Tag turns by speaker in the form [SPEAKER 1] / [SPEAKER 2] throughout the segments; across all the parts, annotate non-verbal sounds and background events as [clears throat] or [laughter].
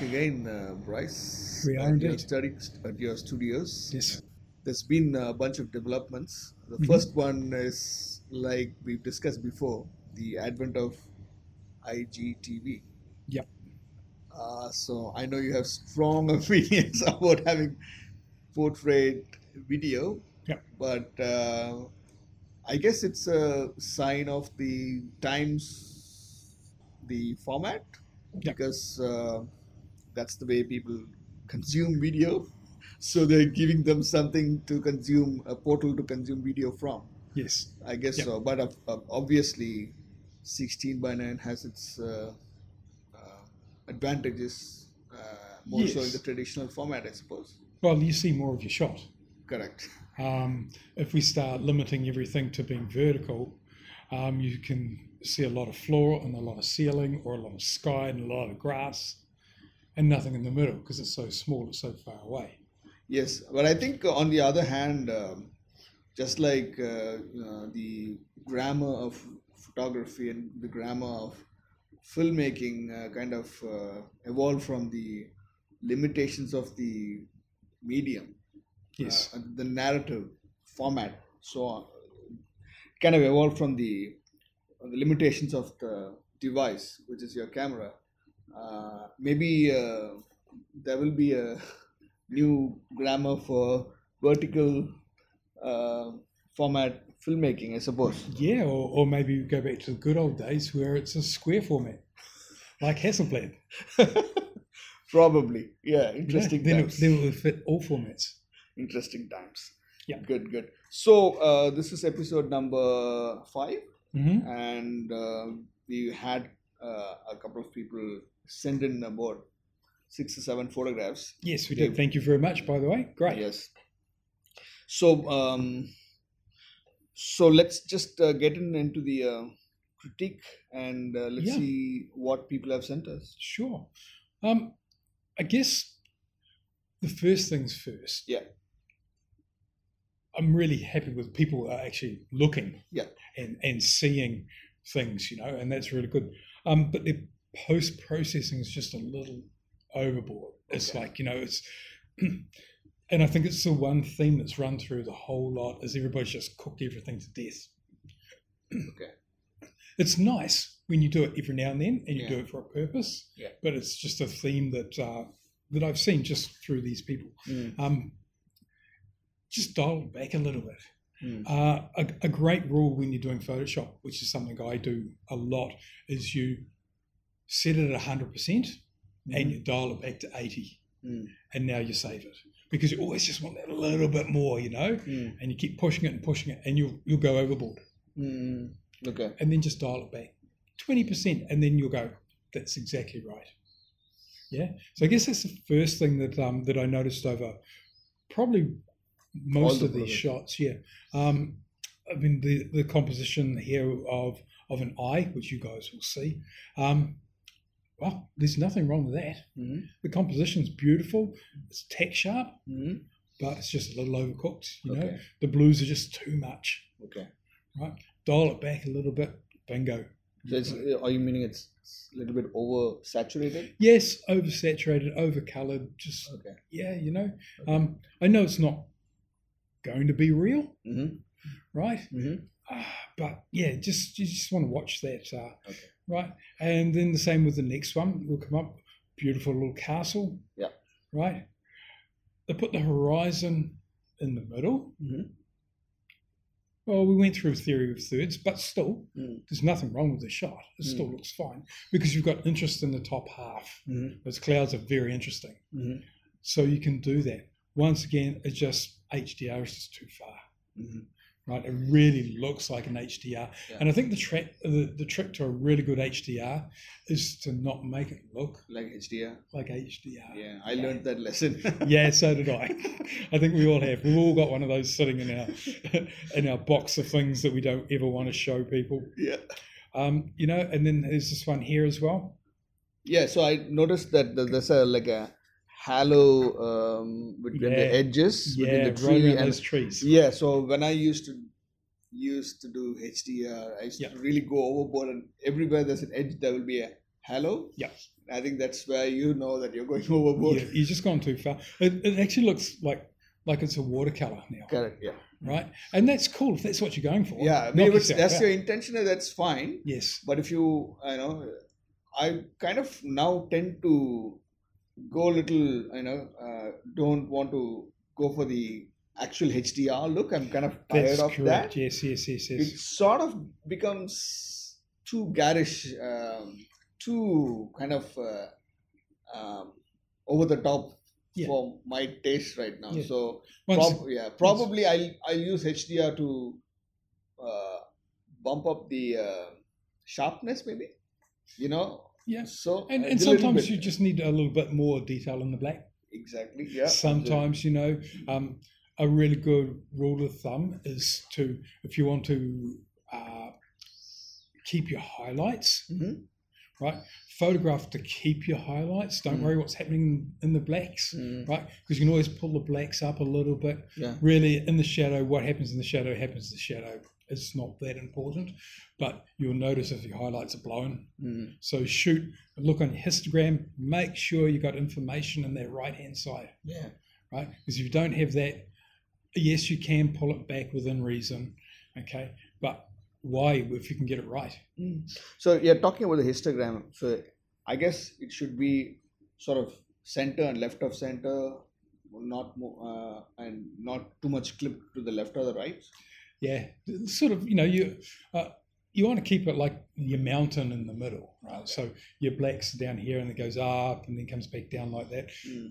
[SPEAKER 1] again, uh, Bryce.
[SPEAKER 2] We are
[SPEAKER 1] at your
[SPEAKER 2] indeed.
[SPEAKER 1] study, at your studios.
[SPEAKER 2] Yes. Mm-hmm.
[SPEAKER 1] There's been a bunch of developments. The first one is like we've discussed before, the advent of IGTV.
[SPEAKER 2] Yep.
[SPEAKER 1] Uh, so I know you have strong [laughs] opinions about having portrait video.
[SPEAKER 2] Yeah.
[SPEAKER 1] But uh, I guess it's a sign of the times, the format,
[SPEAKER 2] Yeah.
[SPEAKER 1] because uh, that's the way people consume video. [laughs] So they're giving them something to consume, a portal to consume video from.
[SPEAKER 2] Yes.
[SPEAKER 1] I guess
[SPEAKER 2] Yeah.
[SPEAKER 1] so. But ob- ob- obviously, 16 by 9 has its uh, uh, advantages uh, more so in
[SPEAKER 2] Yes.
[SPEAKER 1] the traditional format, I suppose.
[SPEAKER 2] Well, you see more of your shot.
[SPEAKER 1] Correct.
[SPEAKER 2] Um, if we start limiting everything to being vertical, um, you can see a lot of floor and a lot of ceiling, or a lot of sky and a lot of grass, and nothing in the middle because it's so small, it's so far away.
[SPEAKER 1] Yes, but I think uh, on the other hand, um, just like uh, uh, the grammar of photography and the grammar of filmmaking uh, kind of uh, evolved from the limitations of the medium,
[SPEAKER 2] Yes,
[SPEAKER 1] uh, the narrative format, so on, kind of evolved from the, uh, the limitations of the device, which is your camera. Uh, maybe uh, there will be a [laughs] new grammar for vertical uh, format filmmaking, I suppose.
[SPEAKER 2] Uh, yeah, or, or maybe we go back to the good old days where it's a square format, like Hasselblad.
[SPEAKER 1] Probably, yeah. Interesting.
[SPEAKER 2] Then it,
[SPEAKER 1] times.
[SPEAKER 2] then it would fit all formats.
[SPEAKER 1] Interesting times.
[SPEAKER 2] Yeah.
[SPEAKER 1] Good, good. So uh, this is episode number five.
[SPEAKER 2] hmm
[SPEAKER 1] and uh, we had uh, a couple of people send in about six or seven photographs.
[SPEAKER 2] Yes, we did. Thank you very much, by the way. Great.
[SPEAKER 1] Yes. So, um, so let's just uh, get in into the uh, critique and uh, let's
[SPEAKER 2] Yeah.
[SPEAKER 1] see what people have sent us.
[SPEAKER 2] Sure. Um, I guess the first things first.
[SPEAKER 1] Yeah.
[SPEAKER 2] I'm really happy with people are actually looking.
[SPEAKER 1] Yeah.
[SPEAKER 2] And and seeing things, you know, and that's really good. Um, but the post processing is just a little overboard. It's
[SPEAKER 1] Okay.
[SPEAKER 2] like you know, it's [clears throat] and I think it's the one theme that's run through the whole lot is everybody's just cooked everything to death.
[SPEAKER 1] Okay.
[SPEAKER 2] It's nice when you do it every now and then, and you
[SPEAKER 1] Yeah.
[SPEAKER 2] do it for a purpose but it's just a theme that uh, that I've seen just through these people. Um, just dial it back a little bit.
[SPEAKER 1] Mm.
[SPEAKER 2] Uh, a, a great rule when you're doing Photoshop, which is something I do a lot, is you set it at 100% percent and you dial it back to 80
[SPEAKER 1] Mm.
[SPEAKER 2] and now you save it because you always just want that a little bit more, you know,
[SPEAKER 1] Mm.
[SPEAKER 2] and you keep pushing it and pushing it and you'll, you'll go overboard
[SPEAKER 1] Mm. Okay.
[SPEAKER 2] and then just dial it back 20% and then you'll go that's exactly right yeah so i guess that's the first thing that um, that i noticed over probably
[SPEAKER 1] All
[SPEAKER 2] most
[SPEAKER 1] the
[SPEAKER 2] of these
[SPEAKER 1] products.
[SPEAKER 2] shots yeah um, i mean the, the composition here of of an eye which you guys will see um, well there's nothing wrong with that
[SPEAKER 1] Mm.
[SPEAKER 2] the composition's beautiful it's tack sharp
[SPEAKER 1] Mm.
[SPEAKER 2] but it's just a little overcooked you know
[SPEAKER 1] Okay.
[SPEAKER 2] the blues are just too much
[SPEAKER 1] Okay.
[SPEAKER 2] dial it back a little bit bingo
[SPEAKER 1] So, it's, are you meaning it's a little bit oversaturated?
[SPEAKER 2] Yes, oversaturated, overcolored, just
[SPEAKER 1] Okay.
[SPEAKER 2] yeah, you know. Um, I know it's not going to be real,
[SPEAKER 1] Mm-hmm.
[SPEAKER 2] right?
[SPEAKER 1] Mm-hmm.
[SPEAKER 2] Ah, but yeah, just you just want to watch that, uh,
[SPEAKER 1] Okay.
[SPEAKER 2] right? And then the same with the next one. We'll come up, beautiful little castle.
[SPEAKER 1] Yeah.
[SPEAKER 2] Right. They put the horizon in the middle.
[SPEAKER 1] Mhm.
[SPEAKER 2] Well, we went through theory of thirds, but still,
[SPEAKER 1] Mm.
[SPEAKER 2] there's nothing wrong with the shot. It still
[SPEAKER 1] Mm.
[SPEAKER 2] looks fine because you've got interest in the top half.
[SPEAKER 1] Mm-hmm.
[SPEAKER 2] Those clouds are very interesting. So you can do that. Once again, it's just HDR is just too far,
[SPEAKER 1] Mm-hmm.
[SPEAKER 2] right? It really looks like an HDR.
[SPEAKER 1] Yeah.
[SPEAKER 2] And I think the, tra- the, the trick to a really good HDR is to not make it look
[SPEAKER 1] Like HDR.
[SPEAKER 2] like HDR.
[SPEAKER 1] Yeah, I learned that lesson. [laughs]
[SPEAKER 2] Yeah, so did I. [laughs] I think we all have. We've all got one of those sitting in our [laughs] in our box of things that we don't ever want to show people.
[SPEAKER 1] yeah.
[SPEAKER 2] Um, you know, and then there's this one here as well.
[SPEAKER 1] Yeah, so I noticed that th- there's a like a halo um, between the
[SPEAKER 2] Yeah.
[SPEAKER 1] edges
[SPEAKER 2] yeah,
[SPEAKER 1] between the
[SPEAKER 2] right
[SPEAKER 1] tree
[SPEAKER 2] around
[SPEAKER 1] and
[SPEAKER 2] those trees.
[SPEAKER 1] yeah. So when I used to used to do HDR, I used
[SPEAKER 2] Yeah.
[SPEAKER 1] to really go overboard, and everywhere there's an edge, there will be a Hello.
[SPEAKER 2] Yeah.
[SPEAKER 1] I think that's where you know that you're going [laughs] overboard.
[SPEAKER 2] Yeah, you've just gone too far. It, it actually looks like like it's a watercolor now,
[SPEAKER 1] Correct. Yeah.
[SPEAKER 2] right? And that's cool if that's what you're going for.
[SPEAKER 1] Yeah. I
[SPEAKER 2] Knock
[SPEAKER 1] mean, if it's,
[SPEAKER 2] yourself
[SPEAKER 1] that's
[SPEAKER 2] out.
[SPEAKER 1] your intention. That's fine.
[SPEAKER 2] yes.
[SPEAKER 1] But if you, you know, I kind of now tend to go a little, you know, uh, don't want to go for the actual HDR look. I'm kind of tired
[SPEAKER 2] That's
[SPEAKER 1] of
[SPEAKER 2] correct.
[SPEAKER 1] that.
[SPEAKER 2] Yes, yes, yes, yes.
[SPEAKER 1] It sort of becomes too garish, um, too kind of uh, um, over the top
[SPEAKER 2] Yeah.
[SPEAKER 1] for my taste right now.
[SPEAKER 2] Yeah.
[SPEAKER 1] So
[SPEAKER 2] Once-
[SPEAKER 1] Prob- yeah, probably I'll I'll use HDR to uh, bump up the uh, sharpness, maybe. You know.
[SPEAKER 2] Yeah.
[SPEAKER 1] So
[SPEAKER 2] and
[SPEAKER 1] uh,
[SPEAKER 2] and
[SPEAKER 1] the little
[SPEAKER 2] sometimes
[SPEAKER 1] bit.
[SPEAKER 2] you just need a little bit more detail in the black.
[SPEAKER 1] exactly yeah.
[SPEAKER 2] sometimes you know um, a really good rule of thumb is to if you want to uh, keep your highlights
[SPEAKER 1] Mhm.
[SPEAKER 2] right photograph to keep your highlights don't
[SPEAKER 1] Mm.
[SPEAKER 2] worry what's happening in the blacks
[SPEAKER 1] Mm,
[SPEAKER 2] right because you can always pull the blacks up a little bit
[SPEAKER 1] yeah.
[SPEAKER 2] really in the shadow what happens in the shadow happens in the shadow it's not that important but you'll notice if your highlights are blown
[SPEAKER 1] Mm,
[SPEAKER 2] so shoot look on your histogram make sure you got information in that right hand side
[SPEAKER 1] yeah.
[SPEAKER 2] right? Because if you don't have that, yes, you can pull it back within reason, okay? But why if you can get it right?
[SPEAKER 1] Mm. So you're talking about the histogram. So I guess it should be sort of center and left of center, not mo- uh, and not too much clip to the left or the right.
[SPEAKER 2] Yeah, sort of. You know, you uh, you want to keep it like your mountain in the middle, right? So your black's down here and it goes up and then comes back down like that.
[SPEAKER 1] Mm,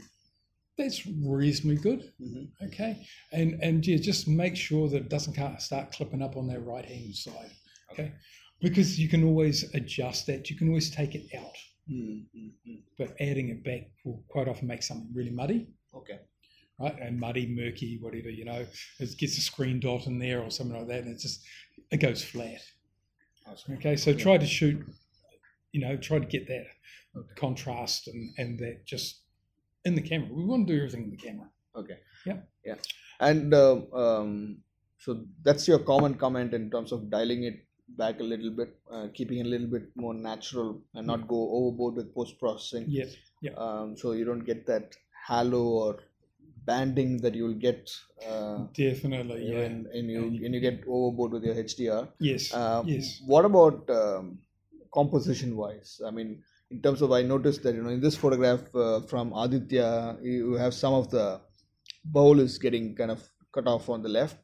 [SPEAKER 2] That's reasonably good,
[SPEAKER 1] mhm.
[SPEAKER 2] okay? And and yeah, just make sure that it doesn't ca- start clipping up on that right hand side, okay? Because you can always adjust that. You can always take it out.
[SPEAKER 1] Mm, mm, mm.
[SPEAKER 2] but adding it back will quite often make something really muddy,
[SPEAKER 1] Okay.
[SPEAKER 2] right? And muddy, murky, whatever, you know, it gets a screen dot in there or something like that, and it just it goes flat.
[SPEAKER 1] Awesome.
[SPEAKER 2] Okay, so
[SPEAKER 1] Yeah.
[SPEAKER 2] try to shoot, you know, try to get that
[SPEAKER 1] Okay.
[SPEAKER 2] contrast and, and that just in the camera. We want to do everything in the camera.
[SPEAKER 1] Okay.
[SPEAKER 2] Yeah.
[SPEAKER 1] Yeah. And um, um, so that's your common comment in terms of dialing it back a little bit, uh, keeping it a little bit more natural and not go overboard with post processing.
[SPEAKER 2] Mm. Yeah,
[SPEAKER 1] Um, so you don't get that halo or banding that you will get uh,
[SPEAKER 2] definitely. Oh, Yeah.
[SPEAKER 1] when, when you
[SPEAKER 2] And-
[SPEAKER 1] when you get overboard with your HDR.
[SPEAKER 2] yes.
[SPEAKER 1] Um,
[SPEAKER 2] yes.
[SPEAKER 1] What about um, composition wise? I mean, in terms of, I noticed that you know in this photograph uh, from Aditya, you have some of the bowl is getting kind of cut off on the left.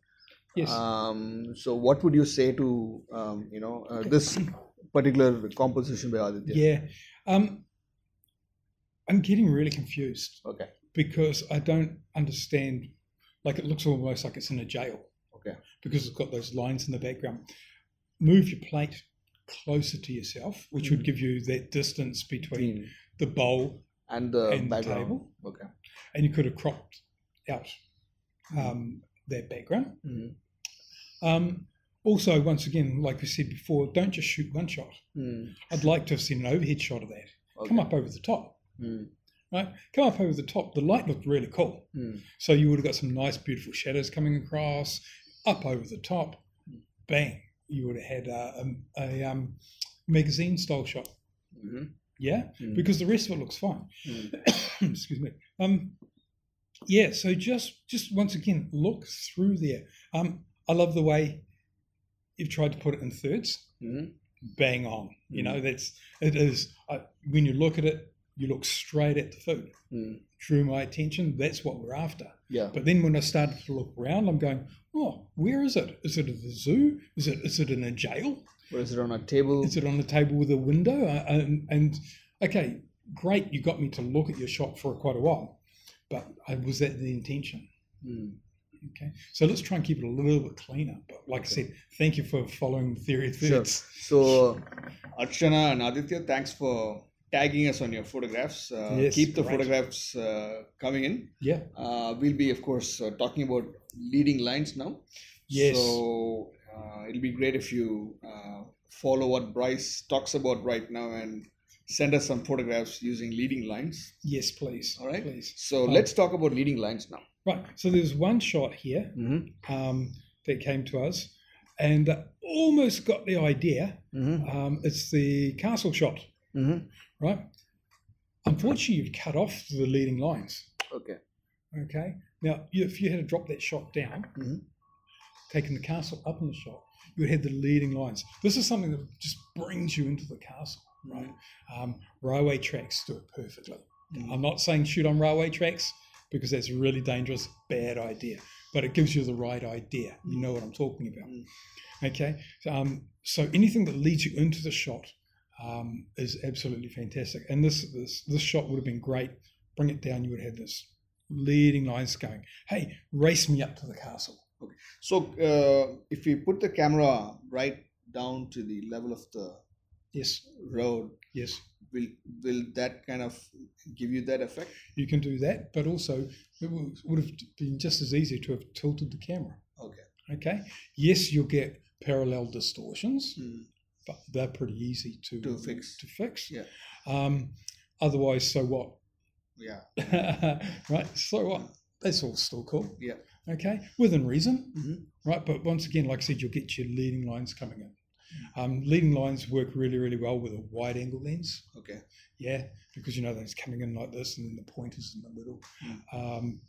[SPEAKER 2] Yes.
[SPEAKER 1] Um, so, what would you say to um, you know uh, this particular composition by Aditya?
[SPEAKER 2] yeah. Um, I'm getting really confused
[SPEAKER 1] Okay.
[SPEAKER 2] because I don't understand. Like it looks almost like it's in a jail.
[SPEAKER 1] Okay.
[SPEAKER 2] Because it's got those lines in the background. Move your plate closer to yourself, which would
[SPEAKER 1] Mhm.
[SPEAKER 2] give you that distance between
[SPEAKER 1] Between
[SPEAKER 2] the bowl
[SPEAKER 1] and the
[SPEAKER 2] and the
[SPEAKER 1] background.
[SPEAKER 2] table,
[SPEAKER 1] Okay.
[SPEAKER 2] and you could have cropped out
[SPEAKER 1] Mhm.
[SPEAKER 2] um, that background.
[SPEAKER 1] Mhm.
[SPEAKER 2] Um, also, once again, like we said before, don't just shoot one shot.
[SPEAKER 1] Mm.
[SPEAKER 2] I'd like to have seen an overhead shot of that.
[SPEAKER 1] Okay.
[SPEAKER 2] Come up over the top,
[SPEAKER 1] Mm.
[SPEAKER 2] right? Come up over the top. The light looked really cool.
[SPEAKER 1] Mm.
[SPEAKER 2] So you would have got some nice, beautiful shadows coming across, up over the top, bang. You would have had a, a, a um, magazine style shot.
[SPEAKER 1] Mhm.
[SPEAKER 2] Yeah,
[SPEAKER 1] Mm.
[SPEAKER 2] because the rest of it looks fine.
[SPEAKER 1] Mm.
[SPEAKER 2] [clears throat] Excuse me. Um, yeah, so just just once again, look through there. Um, I love the way you've tried to put it in thirds.
[SPEAKER 1] Mhm.
[SPEAKER 2] Bang on. You
[SPEAKER 1] Mm.
[SPEAKER 2] know, that's it is. I, when you look at it, you look straight at the food.
[SPEAKER 1] Mm.
[SPEAKER 2] Drew my attention. That's what we're after.
[SPEAKER 1] Yeah.
[SPEAKER 2] But then when I started to look around, I'm going, oh, where is it? Is it at the zoo? Is it is it in a jail?
[SPEAKER 1] Or is it on a table?
[SPEAKER 2] Is it on the table with a window? I- And, and okay, great, you got me to look at your shop for quite a while, but I, was that the intention?
[SPEAKER 1] Mm.
[SPEAKER 2] Okay, so let's try and keep it a little bit cleaner. But like I said, thank you for following the theory of
[SPEAKER 1] Sure.
[SPEAKER 2] thirds.
[SPEAKER 1] So, Archana and Aditya, thanks for tagging us on your photographs. Uh,
[SPEAKER 2] Yes,
[SPEAKER 1] keep the
[SPEAKER 2] right.
[SPEAKER 1] photographs uh, coming in.
[SPEAKER 2] Yeah,
[SPEAKER 1] Uh, we'll be, of course, uh, talking about leading lines now.
[SPEAKER 2] Yes.
[SPEAKER 1] So, uh, it'll be great if you uh, follow what Bryce talks about right now and send us some photographs using leading lines.
[SPEAKER 2] yes, please.
[SPEAKER 1] All right.
[SPEAKER 2] please.
[SPEAKER 1] So,
[SPEAKER 2] Um,
[SPEAKER 1] let's talk about leading lines now.
[SPEAKER 2] Right. So there's one shot here
[SPEAKER 1] Mm-hmm.
[SPEAKER 2] um, that came to us, and I almost got the idea.
[SPEAKER 1] Mm-hmm.
[SPEAKER 2] Um, it's the castle shot.
[SPEAKER 1] Mhm.
[SPEAKER 2] right? Unfortunately, you've cut off the leading lines.
[SPEAKER 1] Okay.
[SPEAKER 2] Okay. Now, you- if you had dropped that shot down,
[SPEAKER 1] Mhm.
[SPEAKER 2] taken the castle up in the shot, you would have the leading lines. This is something that just brings you into the castle, right? Um, railway tracks do it perfectly.
[SPEAKER 1] Mhm.
[SPEAKER 2] I'm not saying shoot on railway tracks because that's a really dangerous, bad idea, but it gives you the right idea. You know what I'm talking about.
[SPEAKER 1] Mm.
[SPEAKER 2] Okay. So, um, so anything that leads you into the shot um, is absolutely fantastic. And this, this this shot would have been great. Bring it down, you would have had this leading lines going. Hey, race me up to the castle.
[SPEAKER 1] So uh, if we put the camera right down to the level of the
[SPEAKER 2] Yes,
[SPEAKER 1] road,
[SPEAKER 2] yes,
[SPEAKER 1] will will that kind of give you that effect?
[SPEAKER 2] you can do that. But also, it wou- would have been just as easy to have tilted the camera.
[SPEAKER 1] Okay.
[SPEAKER 2] Okay. Yes, you'll get parallel distortions.
[SPEAKER 1] Mm.
[SPEAKER 2] but they're pretty easy to
[SPEAKER 1] To fix.
[SPEAKER 2] To fix,
[SPEAKER 1] Yeah.
[SPEAKER 2] Um, otherwise, so what? [laughs]
[SPEAKER 1] Yeah.
[SPEAKER 2] right. So what? That's all still cool.
[SPEAKER 1] Yeah.
[SPEAKER 2] Okay. Within reason.
[SPEAKER 1] Mhm.
[SPEAKER 2] Right. But once again, like I said, you'll get your leading lines coming in. Um, leading lines work really, really well with a wide angle lens.
[SPEAKER 1] Okay.
[SPEAKER 2] Yeah, because you know those coming in like this, and then the pointer's in the middle.
[SPEAKER 1] Hmm.
[SPEAKER 2] Um,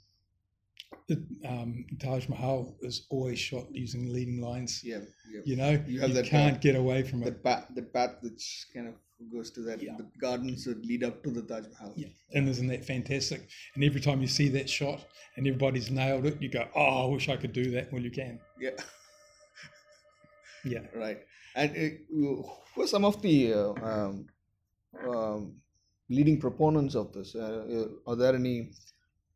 [SPEAKER 2] it, um, Taj Mahal is always shot using leading lines.
[SPEAKER 1] Yeah. Yeah.
[SPEAKER 2] You know,
[SPEAKER 1] You have that, uh,
[SPEAKER 2] can't get away from
[SPEAKER 1] The
[SPEAKER 2] it.
[SPEAKER 1] path, the path which kind of goes to that,
[SPEAKER 2] Yeah.
[SPEAKER 1] the gardens that lead up to the Taj Mahal.
[SPEAKER 2] Yeah. And isn't that fantastic? And every time you see that shot and everybody's nailed it, you go, oh, I wish I could do that. Well, you can.
[SPEAKER 1] Yeah. [laughs]
[SPEAKER 2] Yeah.
[SPEAKER 1] Right. And uh, who who are some of the uh, um, um, leading proponents of this? Uh, uh, are there any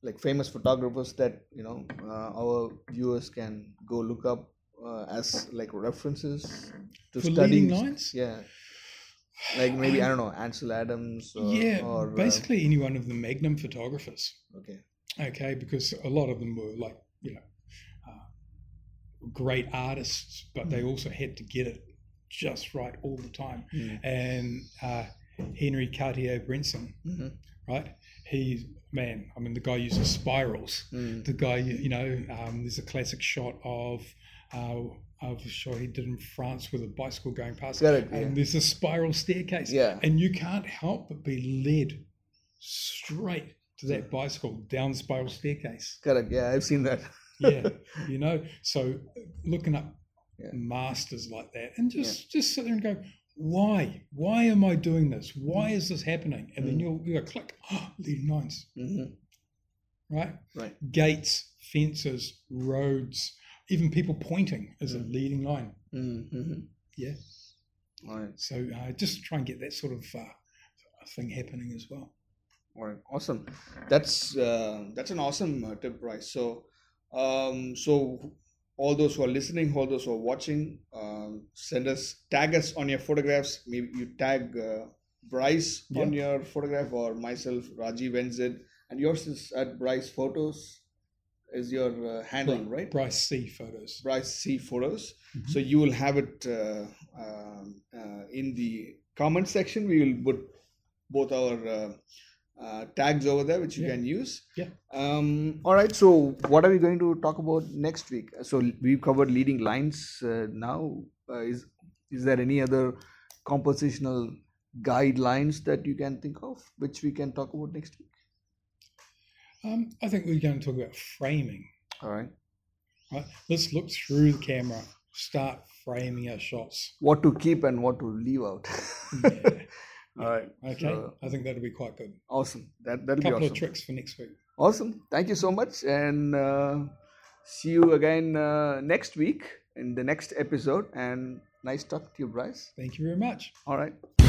[SPEAKER 1] like famous photographers that you know uh, our viewers can go look up uh, as like references to
[SPEAKER 2] For
[SPEAKER 1] study?
[SPEAKER 2] leading lines?
[SPEAKER 1] Yeah. Like maybe I don't know Ansel Adams. Or,
[SPEAKER 2] yeah.
[SPEAKER 1] Or, uh,
[SPEAKER 2] basically, any one of the Magnum photographers.
[SPEAKER 1] okay.
[SPEAKER 2] Okay. Because a lot of them were like, you know, uh, great artists, but they also had to get it just right all the time. And uh, Henry Cartier Brinson,
[SPEAKER 1] Mhm.
[SPEAKER 2] right? He's, man, I mean, the guy uses spirals.
[SPEAKER 1] Mm.
[SPEAKER 2] the guy, you know, um, there's a classic shot of uh, of a shot he did in France with a bicycle going past,
[SPEAKER 1] Correct,
[SPEAKER 2] and
[SPEAKER 1] yeah.
[SPEAKER 2] there's a spiral staircase,
[SPEAKER 1] Yeah.
[SPEAKER 2] and you can't help but be led straight to that bicycle down the spiral
[SPEAKER 1] [laughs]
[SPEAKER 2] staircase.
[SPEAKER 1] Correct. Yeah, I've seen that. [laughs]
[SPEAKER 2] Yeah, you know. So looking up
[SPEAKER 1] Yeah.
[SPEAKER 2] masters like that, and just just sit there and go. Why? Why am I doing this? Why is this happening? And then
[SPEAKER 1] Mm.
[SPEAKER 2] you'll you go click, leading lines,
[SPEAKER 1] Mm-hmm.
[SPEAKER 2] right?
[SPEAKER 1] Right.
[SPEAKER 2] gates, fences, roads, even people pointing as a
[SPEAKER 1] Mm.
[SPEAKER 2] leading line.
[SPEAKER 1] Mm-hmm.
[SPEAKER 2] Yeah.
[SPEAKER 1] All right.
[SPEAKER 2] So uh, just try and get that sort of uh, thing happening as well.
[SPEAKER 1] All right, awesome. That's uh, that's an awesome uh, tip, Bryce. So, um, so all those who are listening, all those who are watching, um, send us tag us on your photographs. Maybe you tag uh, Bryce on your photograph or myself, Rajiv NZ, and yours is at Bryce Photos. Is your uh, handle right?
[SPEAKER 2] Bryce C photos.
[SPEAKER 1] Bryce C Photos.
[SPEAKER 2] Mhm.
[SPEAKER 1] So you will have it uh, um, uh, in the comment section. We will put both our uh, uh, tags over there, which you
[SPEAKER 2] Yeah.
[SPEAKER 1] can use.
[SPEAKER 2] Yeah.
[SPEAKER 1] Um, all right. So what are we going to talk about next week? So we've covered leading lines uh, now. Uh, is is there any other compositional guidelines that you can think of which we can talk about next week?
[SPEAKER 2] Um, I think we're going to talk about framing.
[SPEAKER 1] All right.
[SPEAKER 2] Right? Let's look through the camera, start framing our
[SPEAKER 1] [laughs]
[SPEAKER 2] shots.
[SPEAKER 1] What to keep and what to leave
[SPEAKER 2] [laughs]
[SPEAKER 1] out. [laughs]
[SPEAKER 2] Yeah.
[SPEAKER 1] All right.
[SPEAKER 2] Okay,
[SPEAKER 1] Sure.
[SPEAKER 2] I think that'll be quite good.
[SPEAKER 1] Awesome. That that'll
[SPEAKER 2] A couple
[SPEAKER 1] be
[SPEAKER 2] of
[SPEAKER 1] awesome.
[SPEAKER 2] tricks for next week.
[SPEAKER 1] Awesome. Thank you so much. And uh, see you again uh, next week in the next episode. And nice talk to you, Bryce.
[SPEAKER 2] Thank you very much.
[SPEAKER 1] All right.